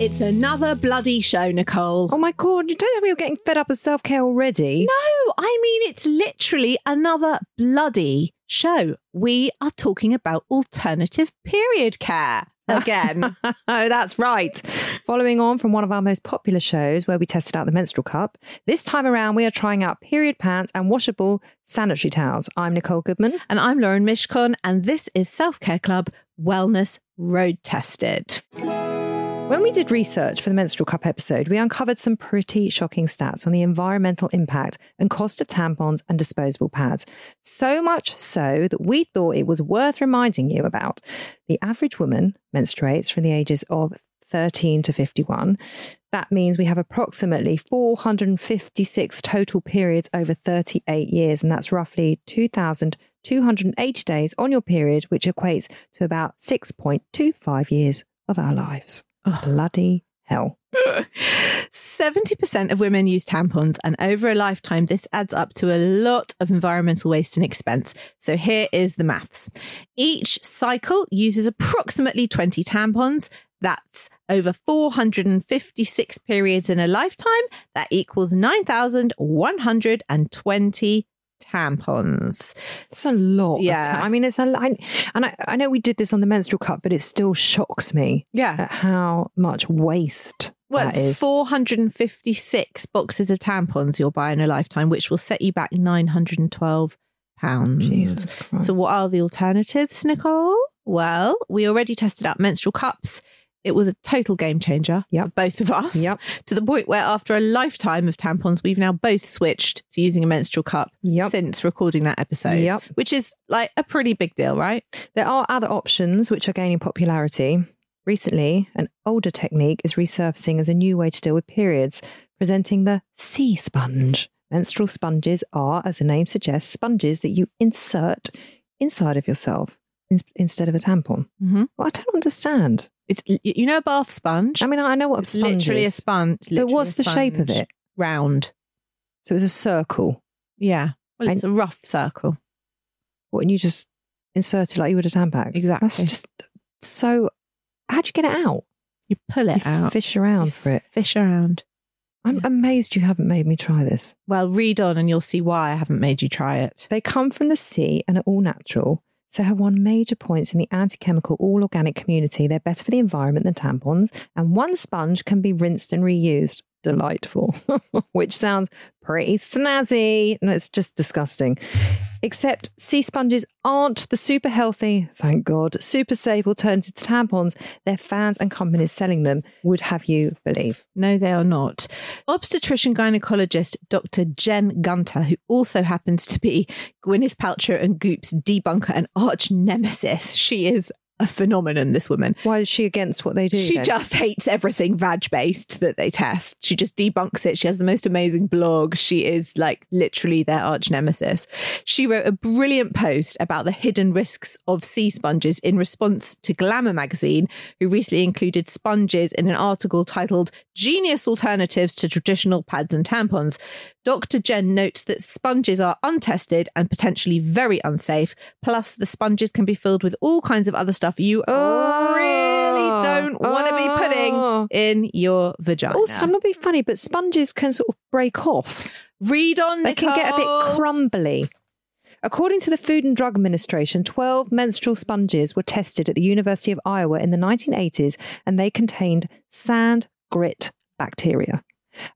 It's another bloody show, Nicole. Oh my god, you don't tell me you're getting fed up with self care already. No, I mean, it's literally another bloody show. We are talking about alternative period care again. oh, that's right. Following on from one of our most popular shows where we tested out the menstrual cup, this time around we are trying out period pants and washable sanitary towels. I'm Nicole Goodman. And I'm Lauren Mishkon, and this is Self Care Club Wellness Road Tested. When we did research for the menstrual cup episode, we uncovered some pretty shocking stats on the environmental impact and cost of tampons and disposable pads. So much so that we thought it was worth reminding you about. The average woman menstruates from the ages of 13 to 51. That means we have approximately 456 total periods over 38 years, and that's roughly 2,280 days on your period, which equates to about 6.25 years of our lives. Oh. Bloody hell. 70% of women use tampons, and over a lifetime, this adds up to a lot of environmental waste and expense. So, here is the maths each cycle uses approximately 20 tampons. That's over 456 periods in a lifetime. That equals 9,120 tampons. It's a lot. Yeah. I mean, it's a lot. And I, I know we did this on the menstrual cup, but it still shocks me. Yeah. how much waste. Well, that it's is. 456 boxes of tampons you'll buy in a lifetime, which will set you back 912 pounds. Mm. Jesus Christ. So, what are the alternatives, Nicole? Well, we already tested out menstrual cups. It was a total game changer Yep. for both of us. Yep. To the point where, after a lifetime of tampons, we've now both switched to using a menstrual cup Yep. since recording that episode. Yep. Which is like a pretty big deal, right? There are other options which are gaining popularity. Recently, an older technique is resurfacing as a new way to deal with periods, presenting the sea sponge. Menstrual sponges are, as the name suggests, sponges that you insert inside of yourself in- instead of a tampon. Mm-hmm. Well, I don't understand. It's y- you know a bath sponge. I mean, I know what It's a sponge literally a is, sponge. but literally what's a the shape of sponge. it? Round. So it's a circle. Yeah. Well, it's a rough circle. What, and you just insert it like you would a tampax? That's Exactly. just so. How'd you get it out? You pull it you out. fish around for it. Fish around. I'm amazed you haven't made me try this. Well, read on and you'll see why I haven't made you try it. They come from the sea and are all natural, so have won major points in the anti chemical, all organic community. They're better for the environment than tampons, and one sponge can be rinsed and reused. Delightful, which sounds pretty snazzy. No, it's just disgusting. Except sea sponges aren't the super healthy, thank God, super safe alternative to tampons their fans and companies selling them would have you believe. No, they are not. Obstetrician gynecologist Dr. Jen Gunter, who also happens to be Gwyneth Paltrow and Goop's debunker and arch nemesis, she is a phenomenon, this woman. Why is she against what they do? She then? just hates everything vag based that they test. She just debunks it. She has the most amazing blog. She is like literally their arch nemesis. She wrote a brilliant post about the hidden risks of sea sponges in response to Glamour magazine, who recently included sponges in an article titled Genius Alternatives to Traditional Pads and Tampons. Dr. Jen notes that sponges are untested and potentially very unsafe. Plus, the sponges can be filled with all kinds of other stuff you really don't want to be putting Oh. in your vagina. Also, I'm not being funny, but sponges can sort of break off. Read on. They can get a bit Nicole. crumbly. According to the Food and Drug Administration, 12 menstrual sponges were tested at the University of Iowa in the 1980s and they contained sand grit bacteria.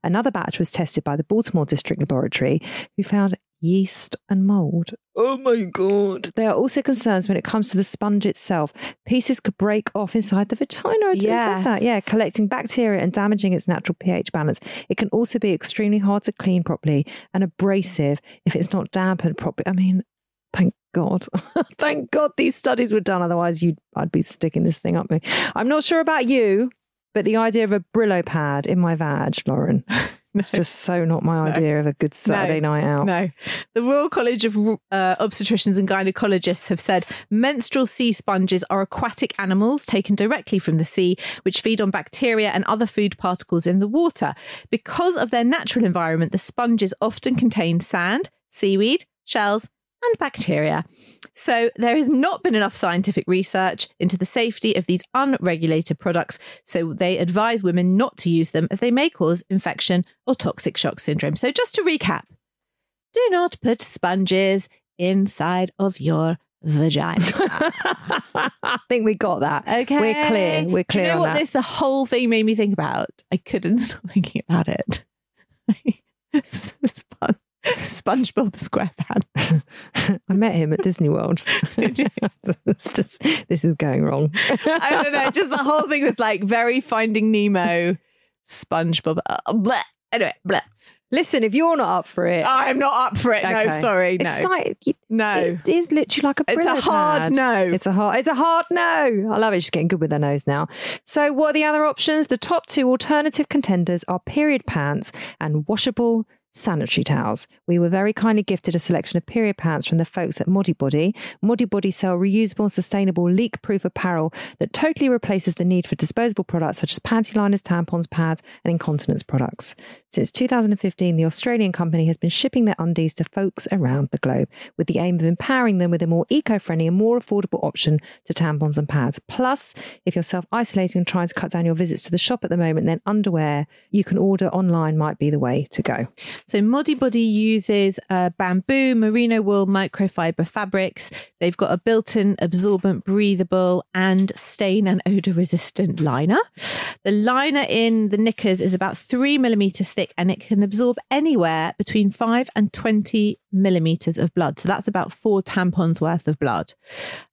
Another batch was tested by the Baltimore District Laboratory, who found yeast and mold. Oh my God. There are also concerns when it comes to the sponge itself. Pieces could break off inside the vagina. I didn't know Yes. that. Yeah, collecting bacteria and damaging its natural pH balance. It can also be extremely hard to clean properly and abrasive if it's not dampened properly. I mean, thank God. thank God these studies were done. Otherwise, you'd, I'd be sticking this thing up me. I'm not sure about you, but the idea of a Brillo pad in my vag, Lauren. It's just so not my idea of a good Saturday night out. No. The Royal College of uh, Obstetricians and Gynecologists have said menstrual sea sponges are aquatic animals taken directly from the sea, which feed on bacteria and other food particles in the water. Because of their natural environment, the sponges often contain sand, seaweed, shells, and bacteria. So, there has not been enough scientific research into the safety of these unregulated products, so they advise women not to use them as they may cause infection or toxic shock syndrome. So, just to recap, do not put sponges inside of your vagina. I think we got that. Okay. We're clear. We're Do clear you know on what that. this the whole thing made me think about? I couldn't stop thinking about it. Spon- SpongeBob SquarePants. I met him at Disney World. it's just this is going wrong. I don't know. Just the whole thing was like very Finding Nemo, SpongeBob. Uh, bleh. Anyway, bleh. Listen, if you're not up for it, I'm not up for it. No, Okay. sorry. No, it's like no. it is literally like a. It's a Brillo hard pad. no. It's a hard. It's a hard no. I love it. She's getting good with her nose now. So, what are the other options? The top two alternative contenders are period pants and washable sanitary towels. We were very kindly gifted a selection of period pants from the folks at Modibody. Modibody sell reusable, sustainable, leak-proof apparel that totally replaces the need for disposable products such as panty liners, tampons, pads, and incontinence products. Since 2015, the Australian company has been shipping their undies to folks around the globe with the aim of empowering them with a more eco friendly and more affordable option to tampons and pads. Plus, if you're self isolating and trying to cut down your visits to the shop at the moment, then underwear you can order online might be the way to go. So Modibody uses uh, bamboo, merino wool, microfiber fabrics. They've got a built-in absorbent, breathable, and stain and odor resistant liner. The liner in the knickers is about three millimeters thick, and it can absorb anywhere between five and twenty millimeters of blood. So that's about four tampons worth of blood.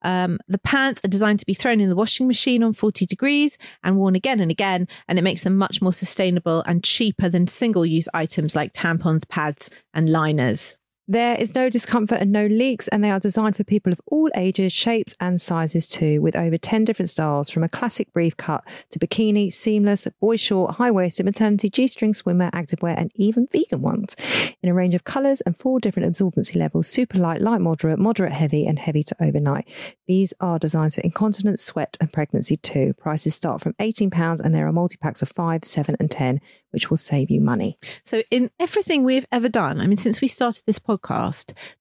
Um, the pants are designed to be thrown in the washing machine on 40 degrees and worn again and again, and it makes them much more sustainable and cheaper than single use items like tampons, pads, and liners. There is no discomfort and no leaks, and they are designed for people of all ages, shapes, and sizes too, with over 10 different styles from a classic brief cut to bikini, seamless, boy short, high waisted, maternity, G string, swimmer, activewear, and even vegan ones in a range of colours and four different absorbency levels super light, light moderate, moderate heavy, and heavy to overnight. These are designs for incontinence, sweat, and pregnancy too. Prices start from £18, and there are multi packs of 5, 7, and 10, which will save you money. So, in everything we've ever done, I mean, since we started this podcast,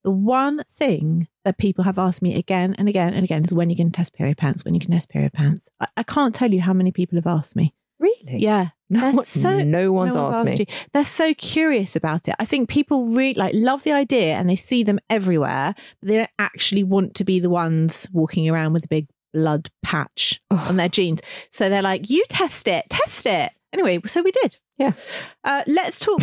the one thing that people have asked me again and again and again is when you can test period pants, when you can test period pants. I, I can't tell you how many people have asked me. Really? Yeah. No, They're so- no one's No asked me. you. They're so curious about it. I think people really like love the idea and they see them everywhere, but they don't actually want to be the ones walking around with a big blood patch Oh. on their jeans. So they're like, "You test it, test it." Anyway, so we did. Yeah. Uh, let's talk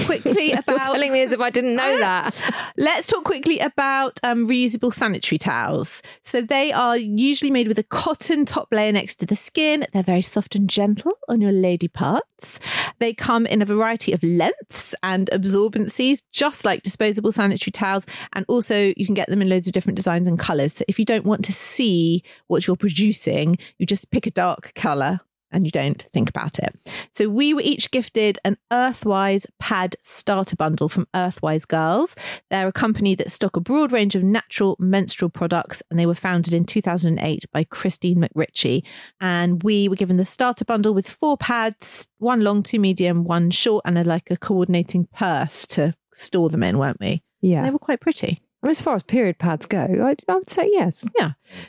quickly You're about. telling me as if I didn't know that. Let's talk quickly about um, reusable sanitary towels. So they are usually made with a cotton top layer next to the skin. They're very soft and gentle on your lady parts. They come in a variety of lengths and absorbencies, just like disposable sanitary towels. And also, you can get them in loads of different designs and colors. So if you don't want to see what you're producing, you just pick a dark color and you don't think about it. So we were each gifted an Earthwise pad starter bundle from Earthwise Girls. They're a company that stock a broad range of natural menstrual products and they were founded in 2008 by Christine McRitchie. And we were given the starter bundle with four pads, one long, two medium, one short and a, like a coordinating purse to store them in, weren't we? Yeah. They were quite pretty. I mean, as far as period pads go, I, I would say yes.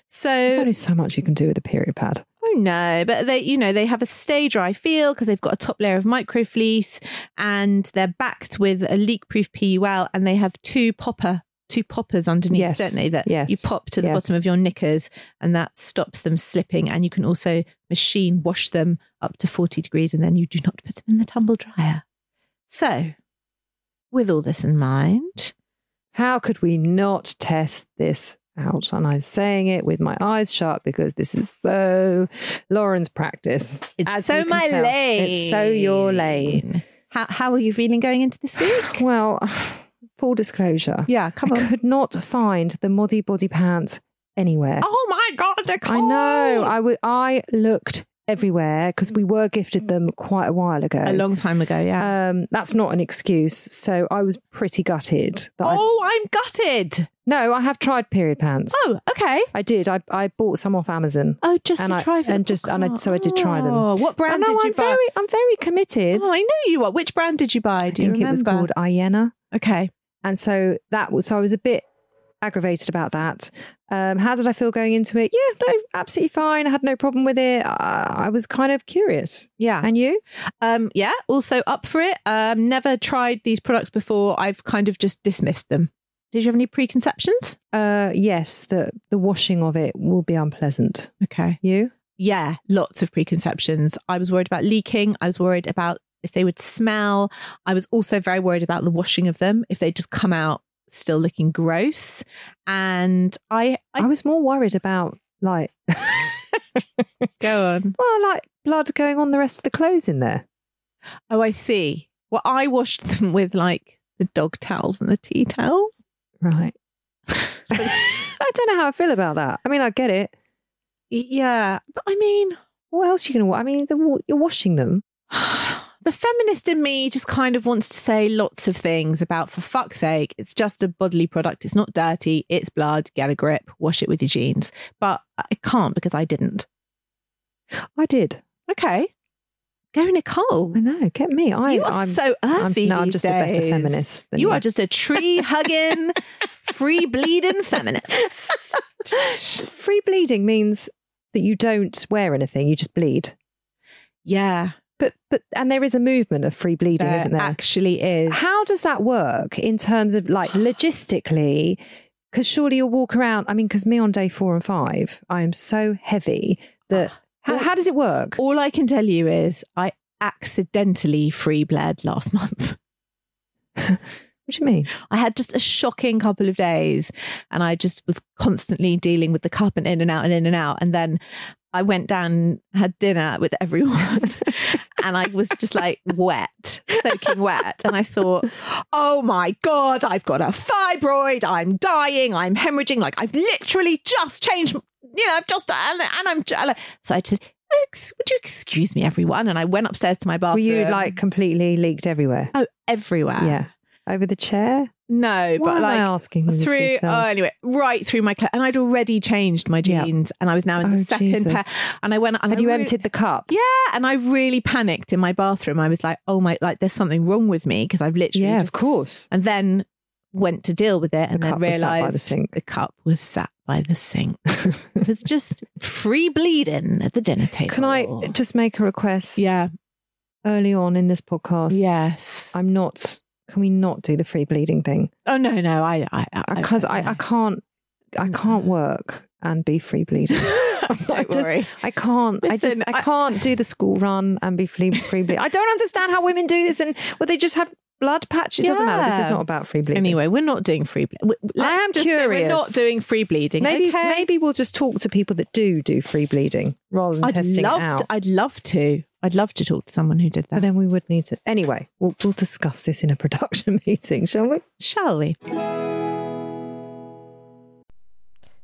So There's only so much you can do with a period pad. Oh no, but they, you know, they have a stay dry feel because they've got a top layer of microfleece and they're backed with a leak proof PUL and they have two popper, two poppers underneath, Yes, don't they? That yes, you pop to the yes. bottom of your knickers and that stops them slipping. And you can also machine wash them up to 40 degrees and then you do not put them in the tumble dryer. So, with all this in mind, How could we not test this out? And I'm saying it with my eyes shut because this is so Lauren's practice. it's As you so can my tell, lane. It's so your lane. How, how are you feeling going into this week? Well, full disclosure, yeah, come on. I could not find the Moddy Body Pants anywhere. Oh my god, Oh Nicole! I know. I wa- I looked everywhere because we were gifted them quite a while ago. a long time ago, yeah. um, that's not an excuse. So I was pretty gutted. That I, oh, I'm gutted. no, I have tried period pants. Oh, okay. I did. I, I bought some off Amazon. Oh, just And to I- try them. and just- and I- so I did try them. Oh, what brand I know did you I'm buy? very, I'm very committed. oh, I know you are. Which brand did you buy? I Do you think remember? it was called Iena. Okay. And so that was, so I was a bit aggravated about that. Um, how did I feel going into it? Yeah, no, absolutely fine. I had no problem with it. I, I was kind of curious. Yeah. And you? Um, yeah. Also up for it. Um, never tried these products before. I've kind of just dismissed them. Did you have any preconceptions? Uh, yes, the, the washing of it will be unpleasant. Okay. You? Yeah, lots of preconceptions. I was worried about leaking. I was worried about if they would smell. I was also very worried about the washing of them, if they just come out still looking gross. And I, I I was more worried about like, go on. well, like blood going on the rest of the clothes in there. Oh, I see. Well, I washed them with like the dog towels and the tea towels. Right. I don't know how I feel about that. I mean, I get it. Y- Yeah, but I mean, What else you going to wa I mean, the, wa- you're washing them. the feminist in me just kind of wants to say lots of things about for fuck's sake, it's just a bodily product. It's not dirty. It's blood. Get a grip. Wash it with your jeans. But I can't because I didn't. I did. Okay. Go, Nicole. I know. Get me. I, you are I'm, so I'm, earthy. no, I'm these just a better days. feminist than You you. are just a tree hugging, free bleeding feminist. Free bleeding means that you don't wear anything. You just bleed. Yeah. But but and there is a movement of free bleeding, there isn't there? Actually, is How does that work in terms of like logistically? Because surely you'll walk around. I mean, because me on day four and five, I am so heavy that how, how does it work? Ah. all I can tell you is I accidentally free bled last month. What do you mean? I had just a shocking couple of days, and I just was constantly dealing with the cup and in and out and in and out, and then. I went down, had dinner with everyone, and I was just like wet, soaking wet. And I thought, oh my God, I've got a fibroid. I'm dying. I'm hemorrhaging. Like, I've literally just changed, you know, I've just, and, and I'm, j- so I said, "Ex- would you excuse me, everyone? And I went upstairs to my Were bathroom. you like completely leaked everywhere? oh, everywhere? yeah, over the chair. No, Why but am I like, asking all this through detail? oh, anyway right through my clothes and i'd already changed my Yeah. jeans and i was now in Oh, the second pair Jesus. and i went and Had I you re- emptied the cup? yeah and i really panicked in my bathroom i was like oh my like there's something wrong with me because i've literally Yeah, just of course. and then went to deal with it and then cup was sat by the realized sink. the cup was sat by the sink it was just free bleeding at the dinner table Can I just make a request? yeah Early on in this podcast, yes I'm not. Can we not do the free bleeding thing? oh no no i i I- Because I, I, no. can't. I can't work and be free bleeding. I don't just- worry I can't. I just. Listen, I, I- can't do the school run and be free, free bleeding. I don't understand how women do this. And well, they just have blood patch. It doesn't matter. This is Yeah. not about free bleeding. Anyway, we're not doing free bleeding. am curious. We're not doing free bleeding. maybe okay? maybe we'll just talk to people that do do free bleeding rather than I'd testing love. it out. To, I'd love to. I'd love to talk to someone who did But that. then we would need to. Anyway, we'll, we'll discuss this in a production meeting, shall we? Shall we?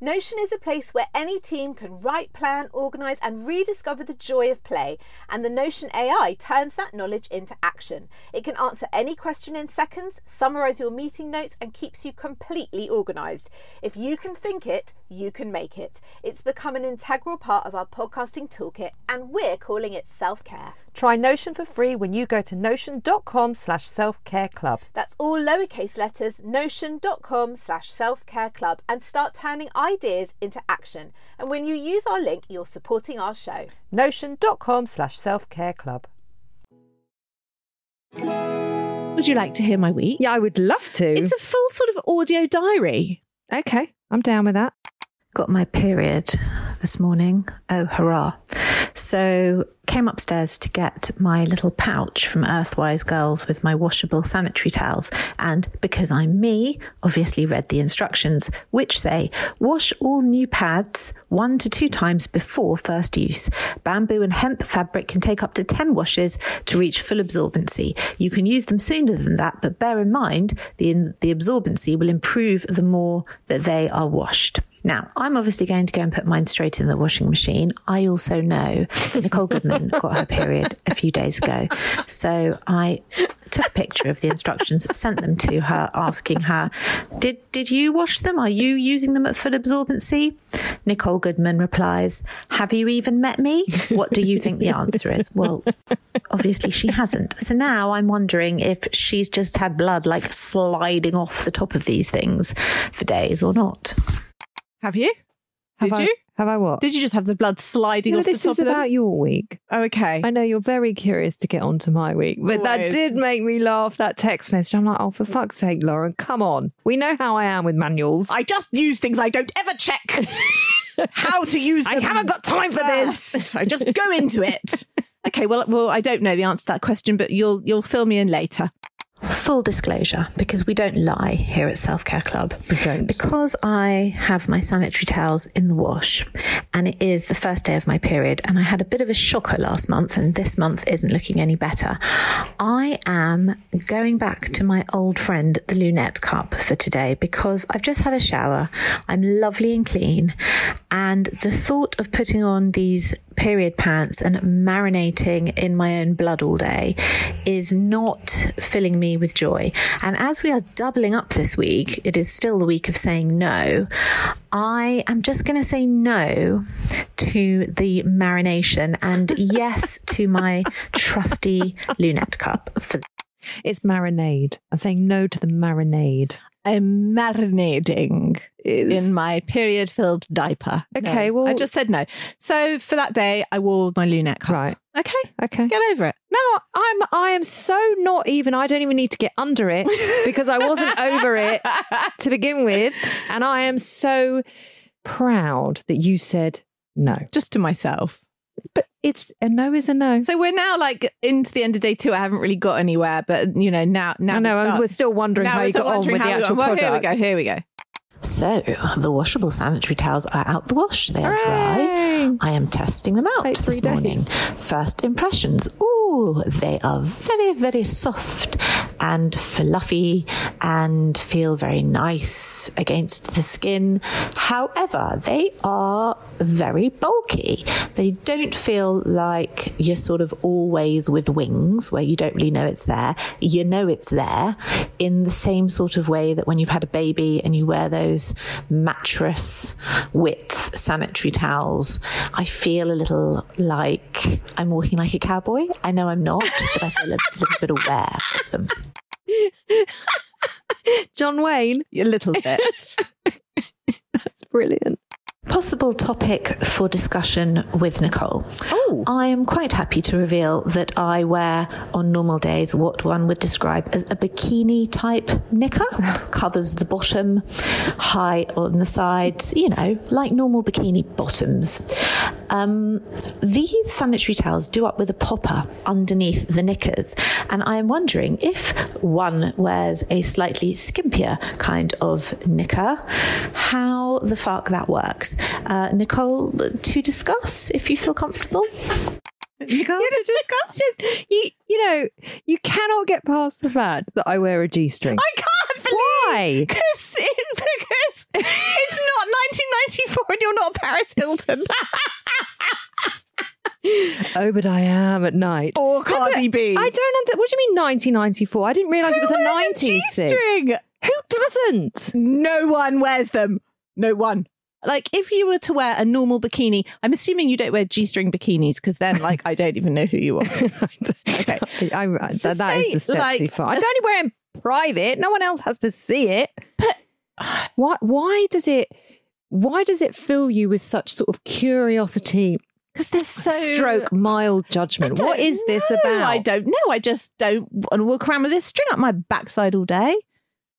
Notion is a place where any team can write, plan, organise, and rediscover the joy of play. And the Notion AI turns that knowledge into action. It can answer any question in seconds, summarise your meeting notes, and keeps you completely organised. If you can think it, you can make it. It's become an integral part of our podcasting toolkit, and we're calling it self care. Try Notion for free when you go to notion.com slash self care club. That's all lowercase letters, notion.com slash self care club, and start turning ideas into action. And when you use our link, you're supporting our show. Notion.com slash self care club. Would you like to hear my week? Yeah, I would love to. It's a full sort of audio diary. okay, I'm down with that. Got my period this morning. Oh, hurrah. So, came upstairs to get my little pouch from Earthwise Girls with my washable sanitary towels. And because I'm me, obviously read the instructions, which say wash all new pads one to two times before first use. Bamboo and hemp fabric can take up to 10 washes to reach full absorbency. You can use them sooner than that, but bear in mind the, the absorbency will improve the more that they are washed. Now, I'm obviously going to go and put mine straight in the washing machine. I also know that Nicole Goodman got her period a few days ago. So I took a picture of the instructions, sent them to her, asking her, Did did you wash them? Are you using them at full absorbency? Nicole Goodman replies, Have you even met me? What do you think the answer is? Well, obviously she hasn't. So now I'm wondering if she's just had blood like sliding off the top of these things for days or not. Have you? Have Did I, you? Have I what? Did you just have the blood sliding No, off the this top is of them? about your week. Oh, okay. I know you're very curious to get onto my week, but that Always. Mm. did make me laugh. That text message. I'm like, oh, for fuck's sake, Lauren, come on. We know how I am with manuals. I just use things I don't ever check how to use I them. haven't got time for this. first. I just go into it. Okay, well, well, I don't know the answer to that question, but you'll you'll fill me in later. Full disclosure, because we don't lie here at Self Care Club. We don't. Because I have my sanitary towels in the wash, and it is the first day of my period, and I had a bit of a shocker last month, and this month isn't looking any better. I am going back to my old friend, the Lunette Cup, for today because I've just had a shower. I'm lovely and clean, and the thought of putting on these period pants and marinating in my own blood all day is not filling me with joy. And as we are doubling up this week, it is still the week of saying no. I am just going to say no to the marination and yes to my trusty lunette cup. For- It's marinade. I'm saying no to the marinade. I'm marinating It's- in my period filled diaper. Okay, No, well- I just said no. So for that day, I wore my lunette cup. Right. Okay, Okay. get over it. No, I'm I am so not even I don't even need to get under it because I wasn't over it to begin with. And I am so proud that you said no. Just to myself. But it's a no is a no. So we're now like into the end of day two. I haven't really got anywhere, but you know now now I know, we I was, start- we're still wondering now how you we're got on wondering with the how we got actual Well, product. Here we go. Here we go. So, the washable sanitary towels are out the wash. They are dry. Hooray! I am testing them out Take three this morning. days. First impressions. Ooh, Ooh, they are very, very soft and fluffy and feel very nice against the skin. However, they are very bulky. They don't feel like you're sort of always with wings where you don't really know it's there. You know it's there in the same sort of way that when you've had a baby and you wear those mattress width sanitary towels, I feel a little like I'm walking like a cowboy. I know I'm not, but I feel a little bit aware of them. John Wayne. A little bit. That's brilliant. Possible topic for discussion with Nicole. Oh. I am quite happy to reveal that I wear on normal days what one would describe as a bikini type knicker. Covers the bottom, high on the sides, you know, like normal bikini bottoms. Um, these sanitary towels do up with a popper underneath the knickers, and I am wondering if one wears a slightly skimpier kind of knicker, how the fuck that works. Uh, Nicole, to discuss if you feel comfortable. You can't discuss just you, you know, you cannot get past the fact that I wear a G string. I can't believe Why? Because, it, because it's not 1994 and you're not Paris Hilton Oh, but I am at night. or Cardi B. I don't understand. What do you mean 1994? I didn't realise it was a 90s thing. G-string. Who doesn't? No one wears them. No one. Like if you were to wear a normal bikini, I'm assuming you don't wear G-string bikinis because then like I don't even know who you are. okay. I, I, So that is say, the step like, too far. I don't only wear it in private. No one else has to see it. why? Why does it? Why does it fill you with such sort of curiosity, Because they're so stroke mild judgment? I What don't is this know. about? I don't know. I just don't want to walk around with this string up my backside all day.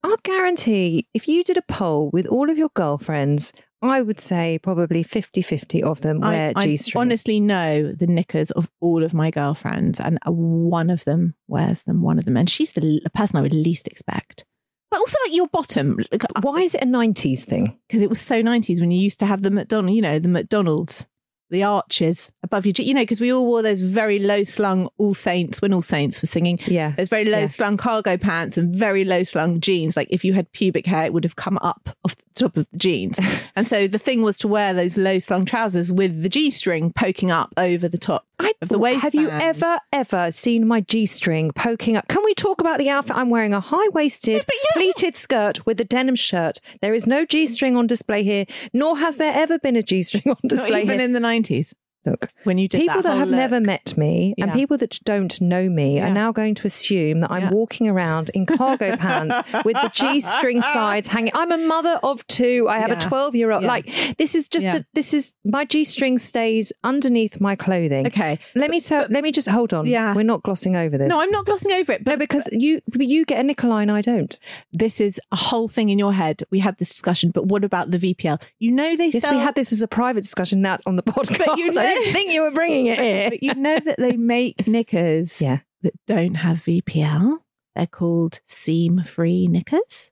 I'll guarantee if you did a poll with all of your girlfriends, I would say probably 50 50 of them I, wear I G strings. honestly know the knickers of all of my girlfriends, and one of them wears them. One of them, and she's the, the person I would least expect. But also like your bottom, Why is it a 90s thing? because it was so 90s when you used to have the McDonald, you know, the McDonald's, the arches above your, you know, because we all wore those very low slung All Saints when All Saints were singing. Yeah. Those very low Yeah. slung cargo pants and very low slung jeans. Like if you had pubic hair, it would have come up off the top of the jeans. and so the thing was to wear those low slung trousers with the G string poking up over the top I, of the waistband. have you ever, ever seen my G string poking up? Can we talk about the outfit? I'm wearing a high waisted, pleated skirt with a denim shirt. There is no G string on display here, nor has there ever been a G string on Not display even here. in the 90s Look. when you did people that, that whole have look. never met me and Yeah. people that don't know me are Yeah. now going to assume that I'm Yeah. walking around in cargo pants with the g-string sides hanging. I'm a mother of two. I have a Yeah. 12-year-old. Yeah. Like this is just Yeah. a, this is my g-string stays underneath my clothing. Okay. Let me tell. Let me just hold on. Yeah. we're not glossing over this. No, I'm not glossing over it, but no, because you but you get a Nicoline, I don't. this is a whole thing in your head. We had this discussion, but what about the VPL? You know they Yes, sell, we had this as a private discussion that's on the podcast. But you I know- didn't think you were bringing it here. but you know that they make knickers Yeah. that don't have VPL. They're called seam-free knickers.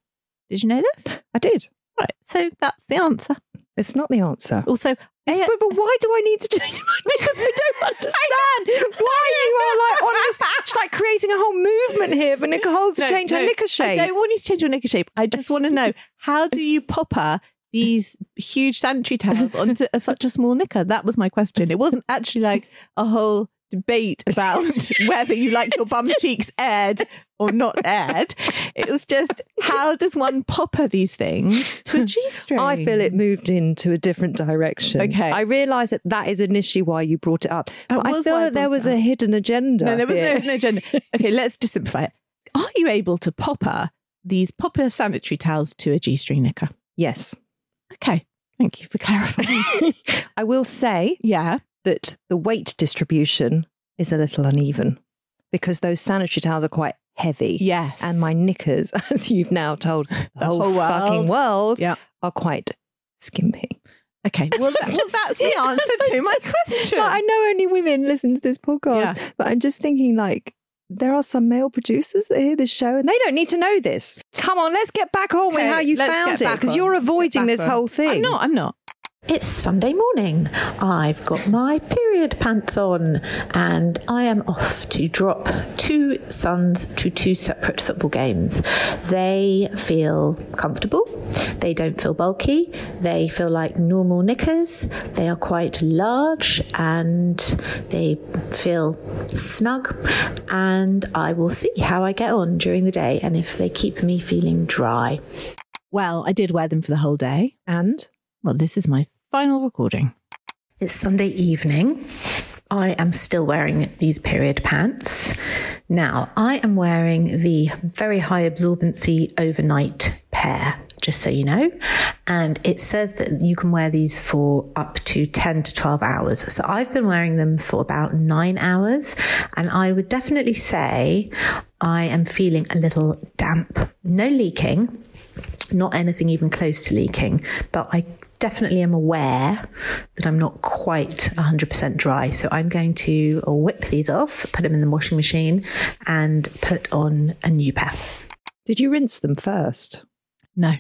Did you know this? I did. Right. So that's the answer. It's not the answer. Also, It's- A- but, but why do I need to change my Because I don't understand why you are like on this. It's like creating a whole movement here for Nicole to No, change her no, knicker shape. I don't want you to change your knicker shape. I just want to know how do you popper these huge sanitary towels onto a, such a small knicker? That was my question. It wasn't actually like a whole debate about whether you like your bum cheeks aired or not aired. It was just how does one popper these things to a g string? I feel it moved into a different direction. Okay. I realise that that is an issue why you brought it up. That But I was feel why I that there brought was it a up. hidden agenda. No, there was here. no, no agenda. Okay, let's just simplify it. Are you able to popper these popper sanitary towels to a g string knicker? Yes. Okay, thank you for clarifying. I will say yeah. that the weight distribution is a little uneven because those sanitary towels are quite heavy. Yes. And my knickers, as you've now told the, whole, whole world. fucking world, Yeah. are quite skimpy. Okay. Well, that, well that's the answer to my question. Like, I know only women listen to this podcast, but I'm just thinking like there are some male producers that hear this show and they don't need to know this. Come on, let's get back on with Okay, how you let's found get it back because on. you're Let's get avoiding back this on. whole thing. I'm not. I'm not. It's Sunday morning. I've got my period pants on and I am off to drop two sons to two separate football games. They feel comfortable. They don't feel bulky. They feel like normal knickers. They are quite large and they feel snug. And I will see how I get on during the day and if they keep me feeling dry. Well, I did wear them for the whole day. And Well, this is my final recording. It's Sunday evening. I am still wearing these period pants. Now, I am wearing the very high absorbency overnight pair, just so you know. And it says that you can wear these for up to 10 to 12 hours. So I've been wearing them for about nine hours. And I would definitely say I am feeling a little damp, no leaking, not anything even close to leaking, but I definitely am aware that I'm not quite 100% dry. So I'm going to whip these off, put them in the washing machine, and put on a new pair. did you rinse them first? No,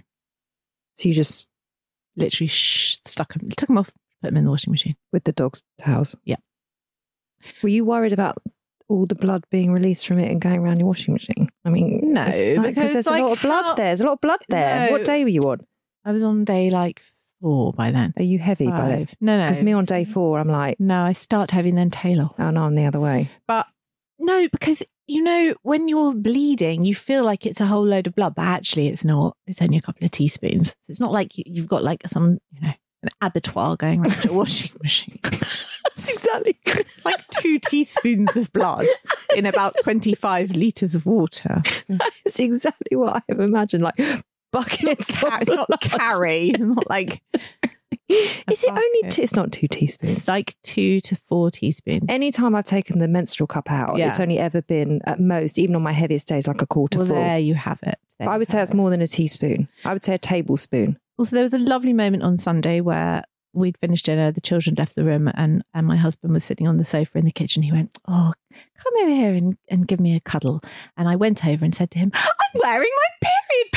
So you just literally shh, stuck them, took them off, put them in the washing machine. with the dog's towels? Yeah. Were you worried about all the blood being released from it and going around your washing machine? I mean, No, it's like- because, there's like, a lot of blood how- there. There's a lot of blood there. No. What day were you on? I was on day like four by then. Are you heavy by it? Five. No, no. Because me on day four, I'm like, No, I start having then tail off. oh no, I'm the other way. But no, because you know, when you're bleeding, you feel like it's a whole load of blood, but actually it's not. It's only a couple of teaspoons. So it's not like you, you've got like some, you know, an abattoir going around your washing machine. That's exactly. It's like two teaspoons of blood in about 25 litres of water. That's exactly what I have imagined. Like buckets. It's not, it's of not blood. carry, not like, Is it only? bucket. Two, it's not two teaspoons. it's like two to four teaspoons. Anytime I've taken the menstrual cup out, Yeah. it's only ever been at most, even on my heaviest days, like a quarter Well, full. there you have it. But I would say more. that's more than a teaspoon. I would say a tablespoon. Also, there was a lovely moment on Sunday where we'd finished dinner, the children left the room, and, and my husband was sitting on the sofa in the kitchen. He went, Oh, come over here and, and give me a cuddle. And I went over and said to him, I'm wearing my period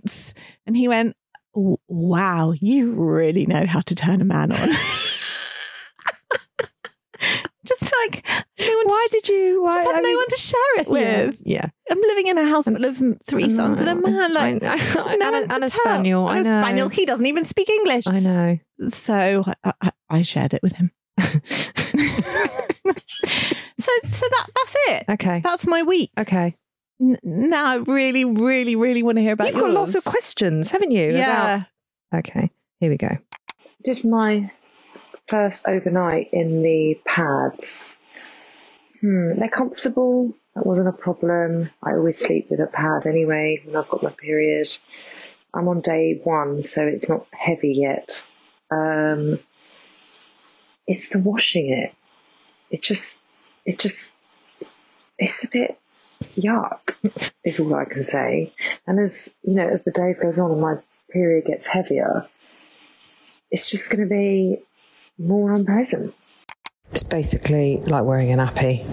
pants. And he went, "Oh, Wow, you really know how to turn a man on. Just like, no one Why to, did you? Why? just had I no mean- one to share it yeah, with. Yeah. Oh, I'm living in a house full of three sons and a man. Like, I know. no and, one a, to and a tell. spaniel. I And know. a spaniel. He doesn't even speak English. I know. So I, I, I shared it with him. so so that that's it. Okay. That's my week. Okay. N- now I really, really, really want to hear about You've got lots yours. of questions, haven't you? Yeah. About... Okay. Here we go. did my first overnight in the pads. Hmm, they're comfortable. That wasn't a problem. I always sleep with a pad anyway when I've got my period. I'm on day one, so it's not heavy yet. Um, it's the washing it. It just, it just, it's a bit yuck. is all I can say. And as you know, as the days goes on and my period gets heavier, it's just going to be more unpleasant. It's basically like wearing an appy.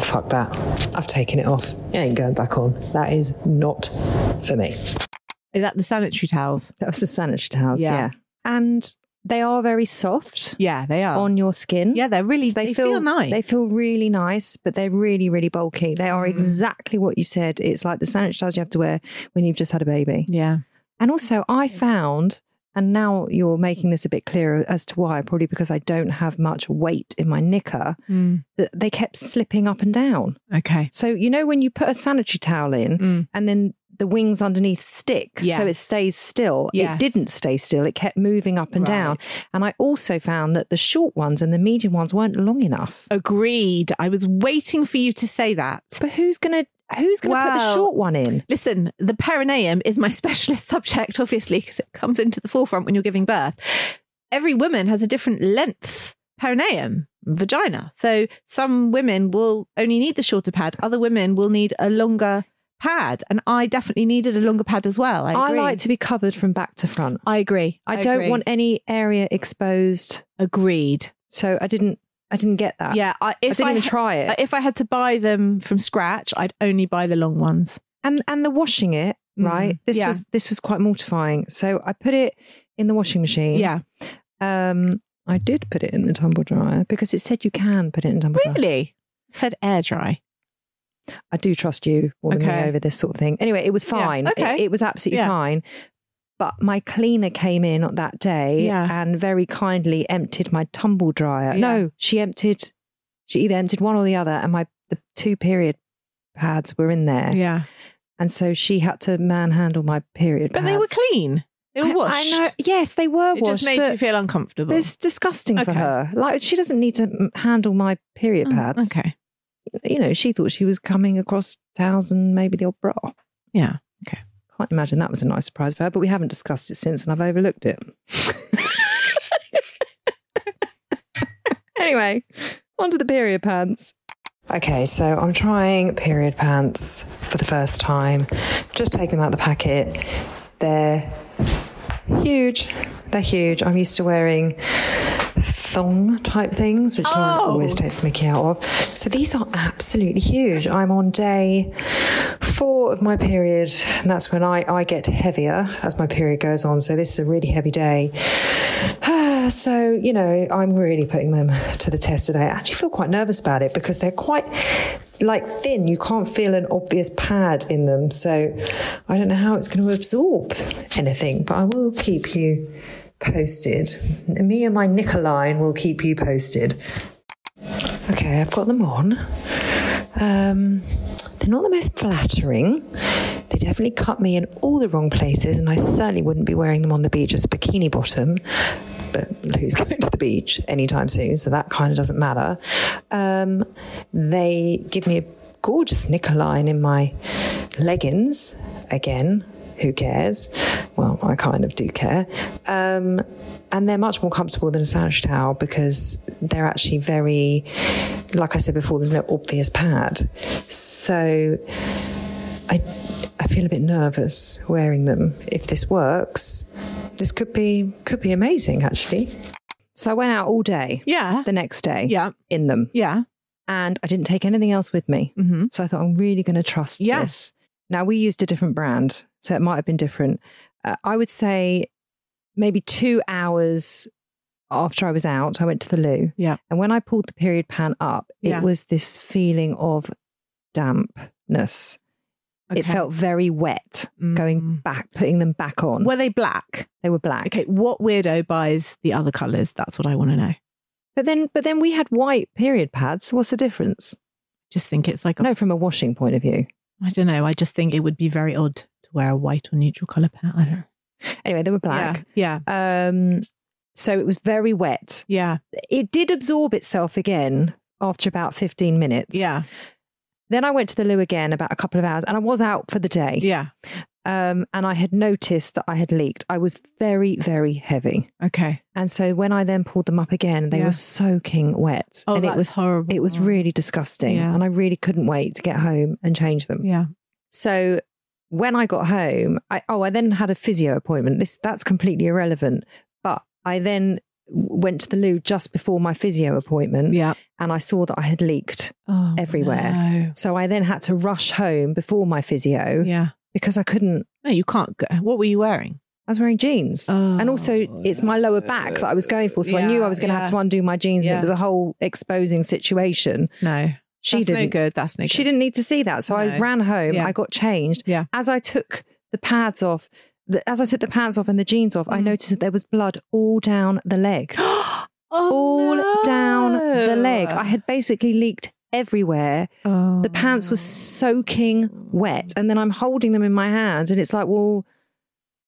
Fuck that. I've taken it off. It ain't going back on. That is not for me. Is that the sanitary towels? That was the sanitary towels. Yeah. Yeah. And they are very soft Yeah, they are. on your skin. yeah, they're really. So they, feel, nice. Mm. They feel really nice, but they're really, really bulky. They are exactly what you said. It's like the sanitary towels you have to wear when you've just had a baby. yeah. And also, I found, and now you're making this a bit clearer as to why, probably because I don't have much weight in my knicker, Mm. that they kept slipping up and down. Okay. So, you know, when you put a sanitary towel in Mm. and then the wings underneath stick, Yeah. so it stays still. It Yes. didn't stay still, it kept moving up and Right. down. And I also found that the short ones and the medium ones weren't long enough. Agreed. I was waiting for you to say that. But who's going to who's going to put the Well, short one in? Listen, the perineum is my specialist subject, obviously, because it comes into the forefront when you're giving birth. Every woman has a different length perineum, vagina. So some women will only need the shorter pad, other women will need a longer pad. And I definitely needed a longer pad as well. I, I, agree. like to be covered from back to front. I agree. I, don't agree. want any area exposed. Agreed. So I didn't I didn't get that. Yeah. I, I if didn't even ha- try it. If I had to buy them from scratch, I'd only buy the long ones. and and the washing it, right? Mm, This yeah. was this was quite mortifying. So I put it in the washing machine. Yeah. Um, I did put it in the tumble dryer because it said you can put it in tumble dryer. Really? Said air dry. I do trust you more than Okay. me over this sort of thing. Anyway, it was fine. It- okay. It, was absolutely Yeah. fine. But my cleaner came in on that day Yeah. and very kindly emptied my tumble dryer. No, she emptied. She either emptied one or the other, and my the two period pads were in there, Yeah. and so she had to manhandle my period. But they were pads. clean. They were I- washed. I know. Yes, they were It washed. just made but you feel uncomfortable. it's disgusting for Okay. Oh, her. Like she doesn't need to mm, handle my period pads. Okay. You know, she thought she was coming across towels and maybe the old bra. Yeah. Can't imagine that was a nice surprise for her, but we haven't discussed it since and I've overlooked it. anyway, onto the period pants. Okay, so I'm trying period pants for the first time. Just take them out of the packet. They're huge. They're huge. I'm used to wearing thong type things, which Lauren always takes the mickey out of. So these are absolutely huge. I'm on day four of my period, and that's when I, I get heavier as my period goes on. So this is a really heavy day. so, you know, I'm really putting them to the test today. I actually feel quite nervous about it because they're quite like thin. You can't feel an obvious pad in them. So I don't know how it's going to absorb anything, but I will keep you posted. Me and my Nicoline will keep you posted. Okay, I've got them on. Um, they're not the most flattering. They definitely cut me in all the wrong places, and I certainly wouldn't be wearing them on the beach as a bikini bottom. But who's going to the beach anytime soon? So that kind of doesn't matter. Um, they give me a gorgeous Nicoline in my leggings again. Who cares? Well, I kind of do care. Um, and they're much more comfortable than a sandwich towel because they're actually very, like I said before, there's no obvious pad. So I, I feel a bit nervous wearing them. If this works, this could be could be amazing actually. So I went out all day Yeah. the next day Yeah. in them Yeah. and I didn't take anything else with me. Mhm. So I thought, I'm really going to trust Yeah. this. Now, we used a different brand, so it might have been different. Uh, I would say maybe two hours after I was out, I went to the loo. Yeah. And when I pulled the period pan up, Yeah. it was this feeling of dampness. It Okay. felt very wet going back, putting them back on. Were they black? they were black. Okay. What weirdo buys the other colours? That's what I want to know. But then, but then we had white period pads. What's the difference? Just think it's like a- No, from a washing point of view. I don't know. I just think it would be very odd to wear a white or neutral colour pad. I don't know. Anyway, they were black. Yeah. Um, so it was very wet. Yeah. It did absorb itself again after about 15 minutes. Yeah. Then I went to the loo again about a couple of hours and I was out for the Yeah. day. Yeah. Um, and I had noticed that I had leaked. I was very, very heavy. Okay. And so when I then pulled them up again, they Yeah. were soaking wet. Oh, and that's it was horrible. it was really disgusting. Yeah. And I really couldn't wait to get home and change them. Yeah. So when I got home, I oh, I then had a physio appointment. This that's completely irrelevant. But I then w- went to the loo just before my physio appointment Yeah. and I saw that I had leaked. Oh, Everywhere. no. So I then had to rush home before my physio Yeah. because I couldn't No, you can't go. What were you wearing? I was wearing jeans. Oh. and also it's my lower back that I was going for. So I knew Yeah, I was gonna yeah. have to undo my jeans and Yeah. it was a whole exposing situation. No. She That's didn't no good. That's no good. She didn't need to see that. So I No. ran home. Yeah. I got changed. Yeah. As I took the pads off, the, as I took the pants off and the jeans off, I Mm. noticed that there was blood all down the leg. oh, all down the leg. no. I had basically leaked everywhere. Oh. The pants were soaking wet. And then I'm holding them in my hands. And it's like, well,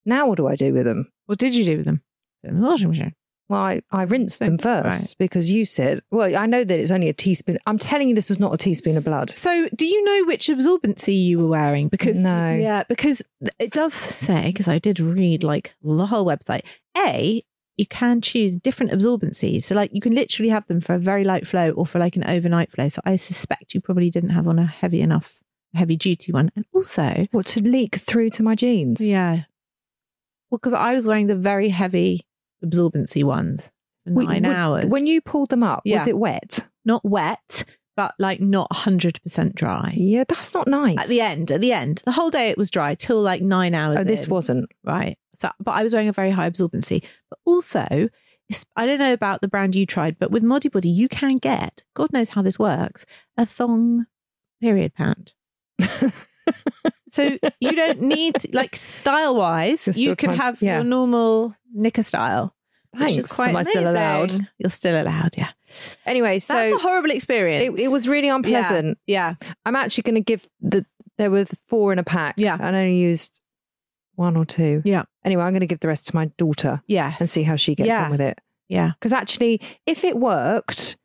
now what do I do with them? What did you do with them? Put them in the washing machine. Well, I, I rinsed them Think- first right. because you said, well, I know that it's only a teaspoon. I'm telling you, this was not a teaspoon of blood. So, do you know which absorbency you were wearing? Because No. yeah, because it does say because I did read like the whole website. A, you can choose different absorbencies. So, like you can literally have them for a very light flow or for like an overnight flow. So, I suspect you probably didn't have on a heavy enough, heavy duty one. And also, What to leak through to my jeans? yeah, well, because I was wearing the very heavy absorbency ones for Wait, nine would- hours. When you pulled them up, was Yeah. it wet? not wet, but like not hundred percent dry. Yeah, that's not nice. At the end, at the end, the whole day it was dry till like nine hours. oh, this in. wasn't. right. So, but I was wearing a very high absorbency. But also, I don't know about the brand you tried, but with Modibody, you can get, God knows how this works, a thong period pant. so you don't need, like, style wise, Just you your could pants, have yeah. your normal knicker style. which is Thanks. quite Am I still allowed? amazing. You're still allowed, yeah. Anyway, so That's a horrible experience. It, it was really unpleasant. Yeah. I'm actually going to give the there were four in a pack. Yeah. and I only used one or two. Yeah. Anyway, I'm going to give the rest to my daughter Yeah. and see how she gets Yeah. on with it. Yeah. Because actually, if it worked,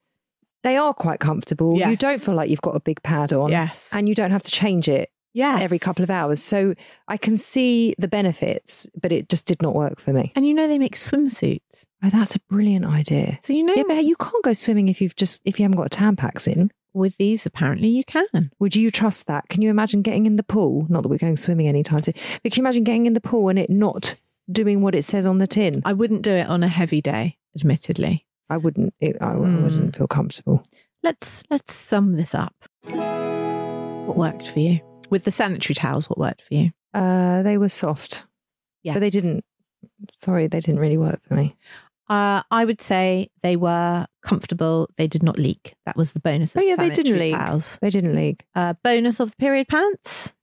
they are quite comfortable. You Yes. don't feel like you've got a big pad on. Yes. And you don't have to change it Yeah. every couple of hours. So I can see the benefits, but it just did not work for me. And you know they make swimsuits. Oh, that's a brilliant idea. So you know Yeah, but hey, you can't go swimming if you've just if you haven't got a Tampax in. with these apparently you can. Would you trust that? Can you imagine getting in the pool? Not that we're going swimming anytime soon, but can you imagine getting in the pool and it not doing what it says on the tin? I wouldn't do it on a heavy day, admittedly. I wouldn't. It, I, I Hmm. wouldn't feel comfortable. Let's let's sum this up. What worked for you? With the sanitary towels, what worked for you? Uh, they were soft, Yeah. but they didn't. Sorry, they didn't really work for me. Uh, I would say they were comfortable. They did not leak. That was the bonus of Oh, yeah, they sanitary didn't leak. towels. They didn't leak. Uh, bonus of the period pants.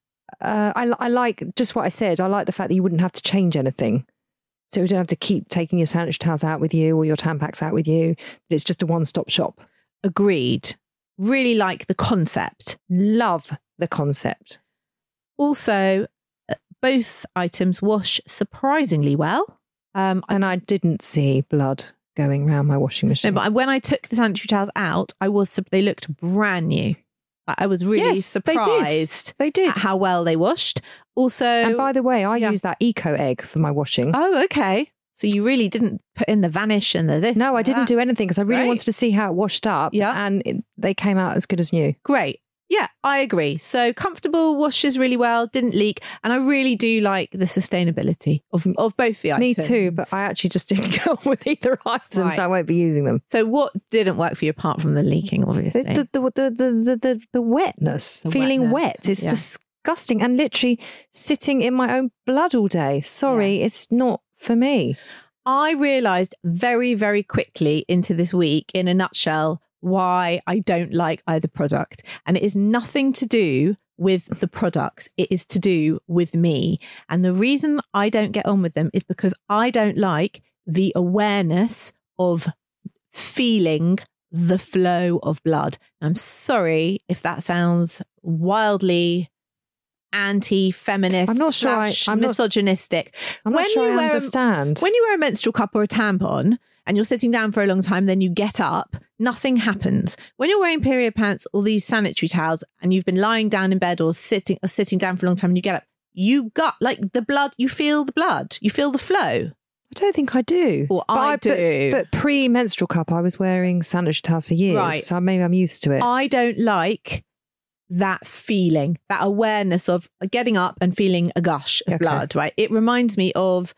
Uh, I, li- I like just what I said. I like the fact that you wouldn't have to change anything, so you don't have to keep taking your sandwich towels out with you or your Tampax out with you. It's just a one-stop shop. Agreed. Really like the concept. Love the concept. Also, uh, both items wash surprisingly well. Um, And I didn't see blood going round my washing machine. No, but when I took the sanitary towels out, I was sup- they looked brand new. I I was really Yes, they did. surprised They did. at how well they washed. Also, and by the way, I yeah. use that eco egg for my washing. oh, okay. So you really didn't put in the vanish and the this. no, I and didn't that. do anything because I really Great. wanted to see how it washed up. Yeah. And it, they came out as good as new. Great. Yeah, I agree. So comfortable washes really well, didn't leak, and I really do like the sustainability of of both the Me items. too, but I actually just didn't go with either item, Right. so I won't be using them. So what didn't work for you apart from the leaking, obviously? The, the, the, the, the, the, the wetness, The feeling wetness, wet, it's yeah. disgusting. And literally sitting in my own blood all day. Sorry, it's not for me. I realized very, very quickly into this week, in a nutshell, why I don't like either product. And it is nothing to do with the products, it is to do with me. And the reason I don't get on with them is because I don't like the awareness of feeling the flow of blood. I'm sorry if that sounds wildly anti-feminist I'm not sure I- slash I'm not- misogynistic I'm not When sure you I wear a- understand. when you wear a menstrual cup or a tampon and you're sitting down for a long time, then you get up, nothing happens. When you're wearing period pants or these sanitary towels and you've been lying down in bed or sitting or sitting down for a long time and you get up, you got like the blood, you feel the blood, you feel the flow. I don't think I do. Well, I but- do. But, pre menstrual cup, I was wearing sanitary towels for years. Right. Oh, So maybe I'm used to it. I don't like that feeling, that awareness of getting up and feeling a gush of Okay. blood, right? It reminds me of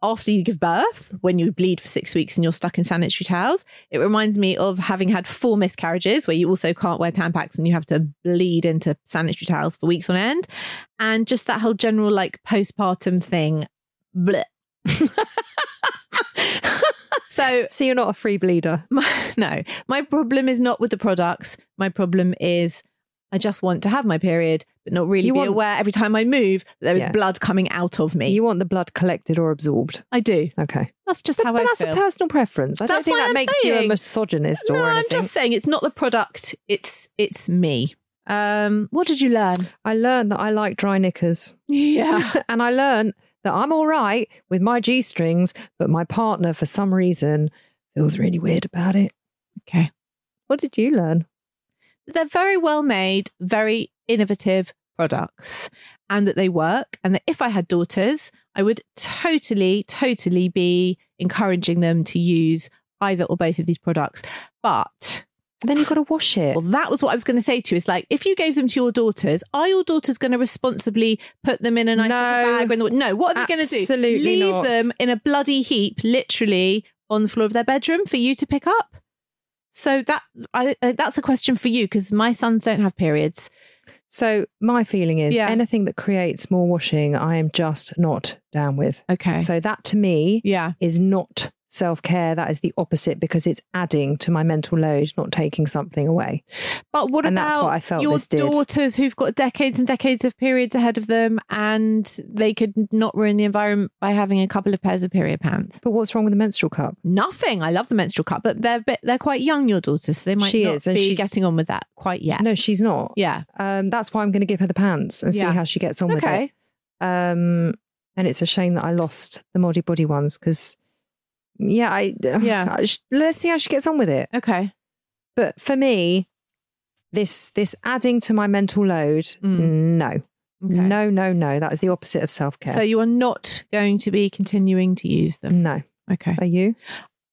after you give birth, when you bleed for six weeks and you're stuck in sanitary towels. It reminds me of having had four miscarriages where you also can't wear Tampax and you have to bleed into sanitary towels for weeks on end. And just that whole general like postpartum thing. Blech. so so you're not a free bleeder. my, no, my problem is not with the products. My problem is I just want to have my period, but not really You be want- aware every time I move that there is Yeah. blood coming out of me. You want the blood collected or absorbed. I do. Okay. That's just But, how but I that's feel. a personal preference. I That's don't think why that I'm makes you a saying- misogynist no, or I'm anything. just saying it's not the product. It's it's me. Um, what did you learn? I learned that I like dry knickers. Yeah. and I learned that I'm all right with my G strings, but my partner, for some reason, feels really weird about it. Okay. What did you learn? They're very well made, very innovative products, and that they work. And that if I had daughters, I would totally, totally be encouraging them to use either or both of these products. But Then you've got to wash it. well, that was what I was going to say to you. Is like if you gave them to your daughters, are your daughters going to responsibly put them in a nice No. little bag? When the, no, what are they going to do? Absolutely leave not. them in a bloody heap, literally on the floor of their bedroom for you to pick up. So that I, I, that's a question for you because my sons don't have periods. So my feeling is Yeah. anything that creates more washing, I am just not down with. Okay. So that to me yeah. is not self care, that is the opposite because it's adding to my mental load, not taking something away. But what And about that's what I felt your this did. daughters who've got decades and decades of periods ahead of them, and they could not ruin the environment by having a couple of pairs of period pants? But what's wrong with the menstrual cup? Nothing. I love the menstrual cup, but they're a bit, they're quite young. Your daughters, so they might She not is, be and she- getting on with that quite yet. No, she's not. Yeah. Um, that's why I'm going to give her the pants and Yeah. see how she gets on with it. Okay. Um, and it's a shame that I lost the Modi Body ones because, yeah, I Yeah. I sh- let's see how she gets on with it. Okay. But for me, this this adding to my mental load, no, Mm. Okay. no, no, no. That is the opposite of self care. So you are not going to be continuing to use them. no, Okay. are you?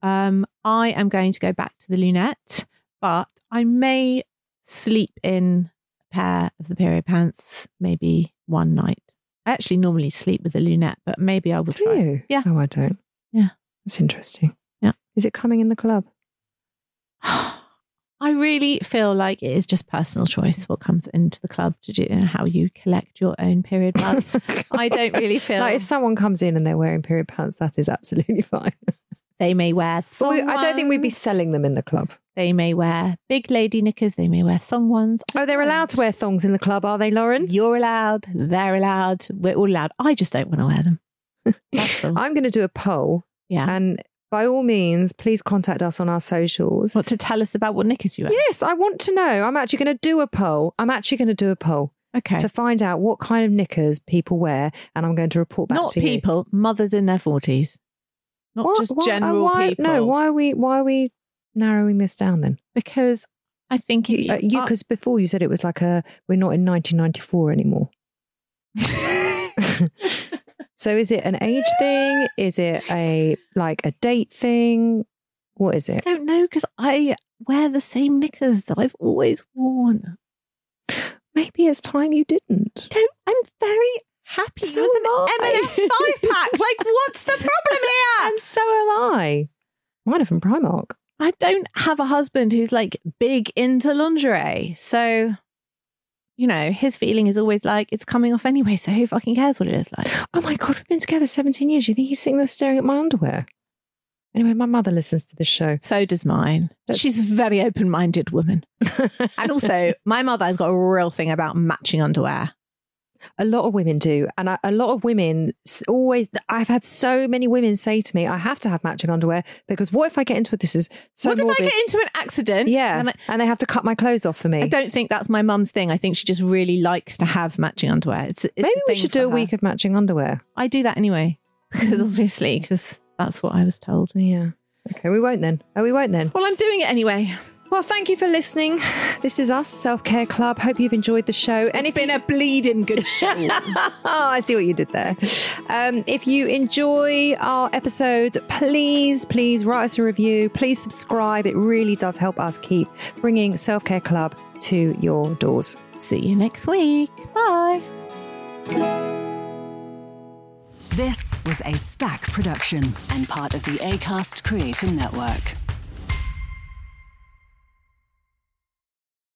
Um, I am going to go back to the lunette, but I may sleep in a pair of the period pants maybe one night. I actually normally sleep with a lunette, but maybe I will Do try. you? Yeah. No, I don't. Yeah. That's interesting. Yeah. Is it coming in the club? I really feel like it is just personal choice what comes into the club to do how you collect your own period blood. I don't really feel Like if someone comes in and they're wearing period pants, that is absolutely fine. they may wear. But we- thong I don't think we'd be ones. selling them in the club. They may wear big lady knickers. They may wear thong ones. Oh, they're allowed to wear thongs in the club, are they, Lauren? You're allowed. They're allowed. We're all allowed. I just don't want to wear them. That's all. I'm going to do a poll. Yeah. And by all means, please contact us on our socials. What to tell us about what knickers you wear? Yes, I want to know. I'm actually going to do a poll. I'm actually going to do a poll Okay. to find out what kind of knickers people wear, and I'm going to report back Not to you. people. Mothers in their forties. Not What- just what- uh, general why, people. No, why are we why are we narrowing this down then? Because I think if You, uh, you are- because before you said it was like a we're not in 1994 anymore. so is it an age thing? Is it a like a date thing? What is I it? don't know because I wear the same knickers that I've always worn. Maybe it's time you didn't. Don't. I'm very happy So with am an I. M&S five pack. Like, what's the problem here? And so am I. Mine are from Primark. I don't have a husband who's like big into lingerie. So, you know, his feeling is always like, it's coming off anyway. So who fucking cares what it is like? Oh my god, we've been together 17 years. You think he's sitting there staring at my underwear? Anyway, my mother listens to this show. So does mine. That's- She's a very open minded woman. and also, my mother has got a real thing about matching underwear. A lot of women do. And I, a lot of women s- always, I've had so many women say to me, I have to have matching underwear because what if I get into it? This is so what morbid. if I get into an accident? yeah. And I, and they have to cut my clothes off for me. I don't think that's my mum's thing. I think she just really likes to have matching underwear. It's, it's a Maybe we thing should for do a her. week of matching underwear. I do that anyway, because obviously, because that's what I was told. Yeah. Okay, we won't then. Oh, we won't then. Well, I'm doing it anyway. Well, thank you for listening. This is us, Self Care Club. Hope you've enjoyed the show. And if It's been a bleeding good show. oh, I see what you did there. Um, if you enjoy our episodes, please, please write us a review. Please subscribe. It really does help us keep bringing Self Care Club to your doors. See you next week. Bye. This was a Stack production and part of the Acast Creator Network.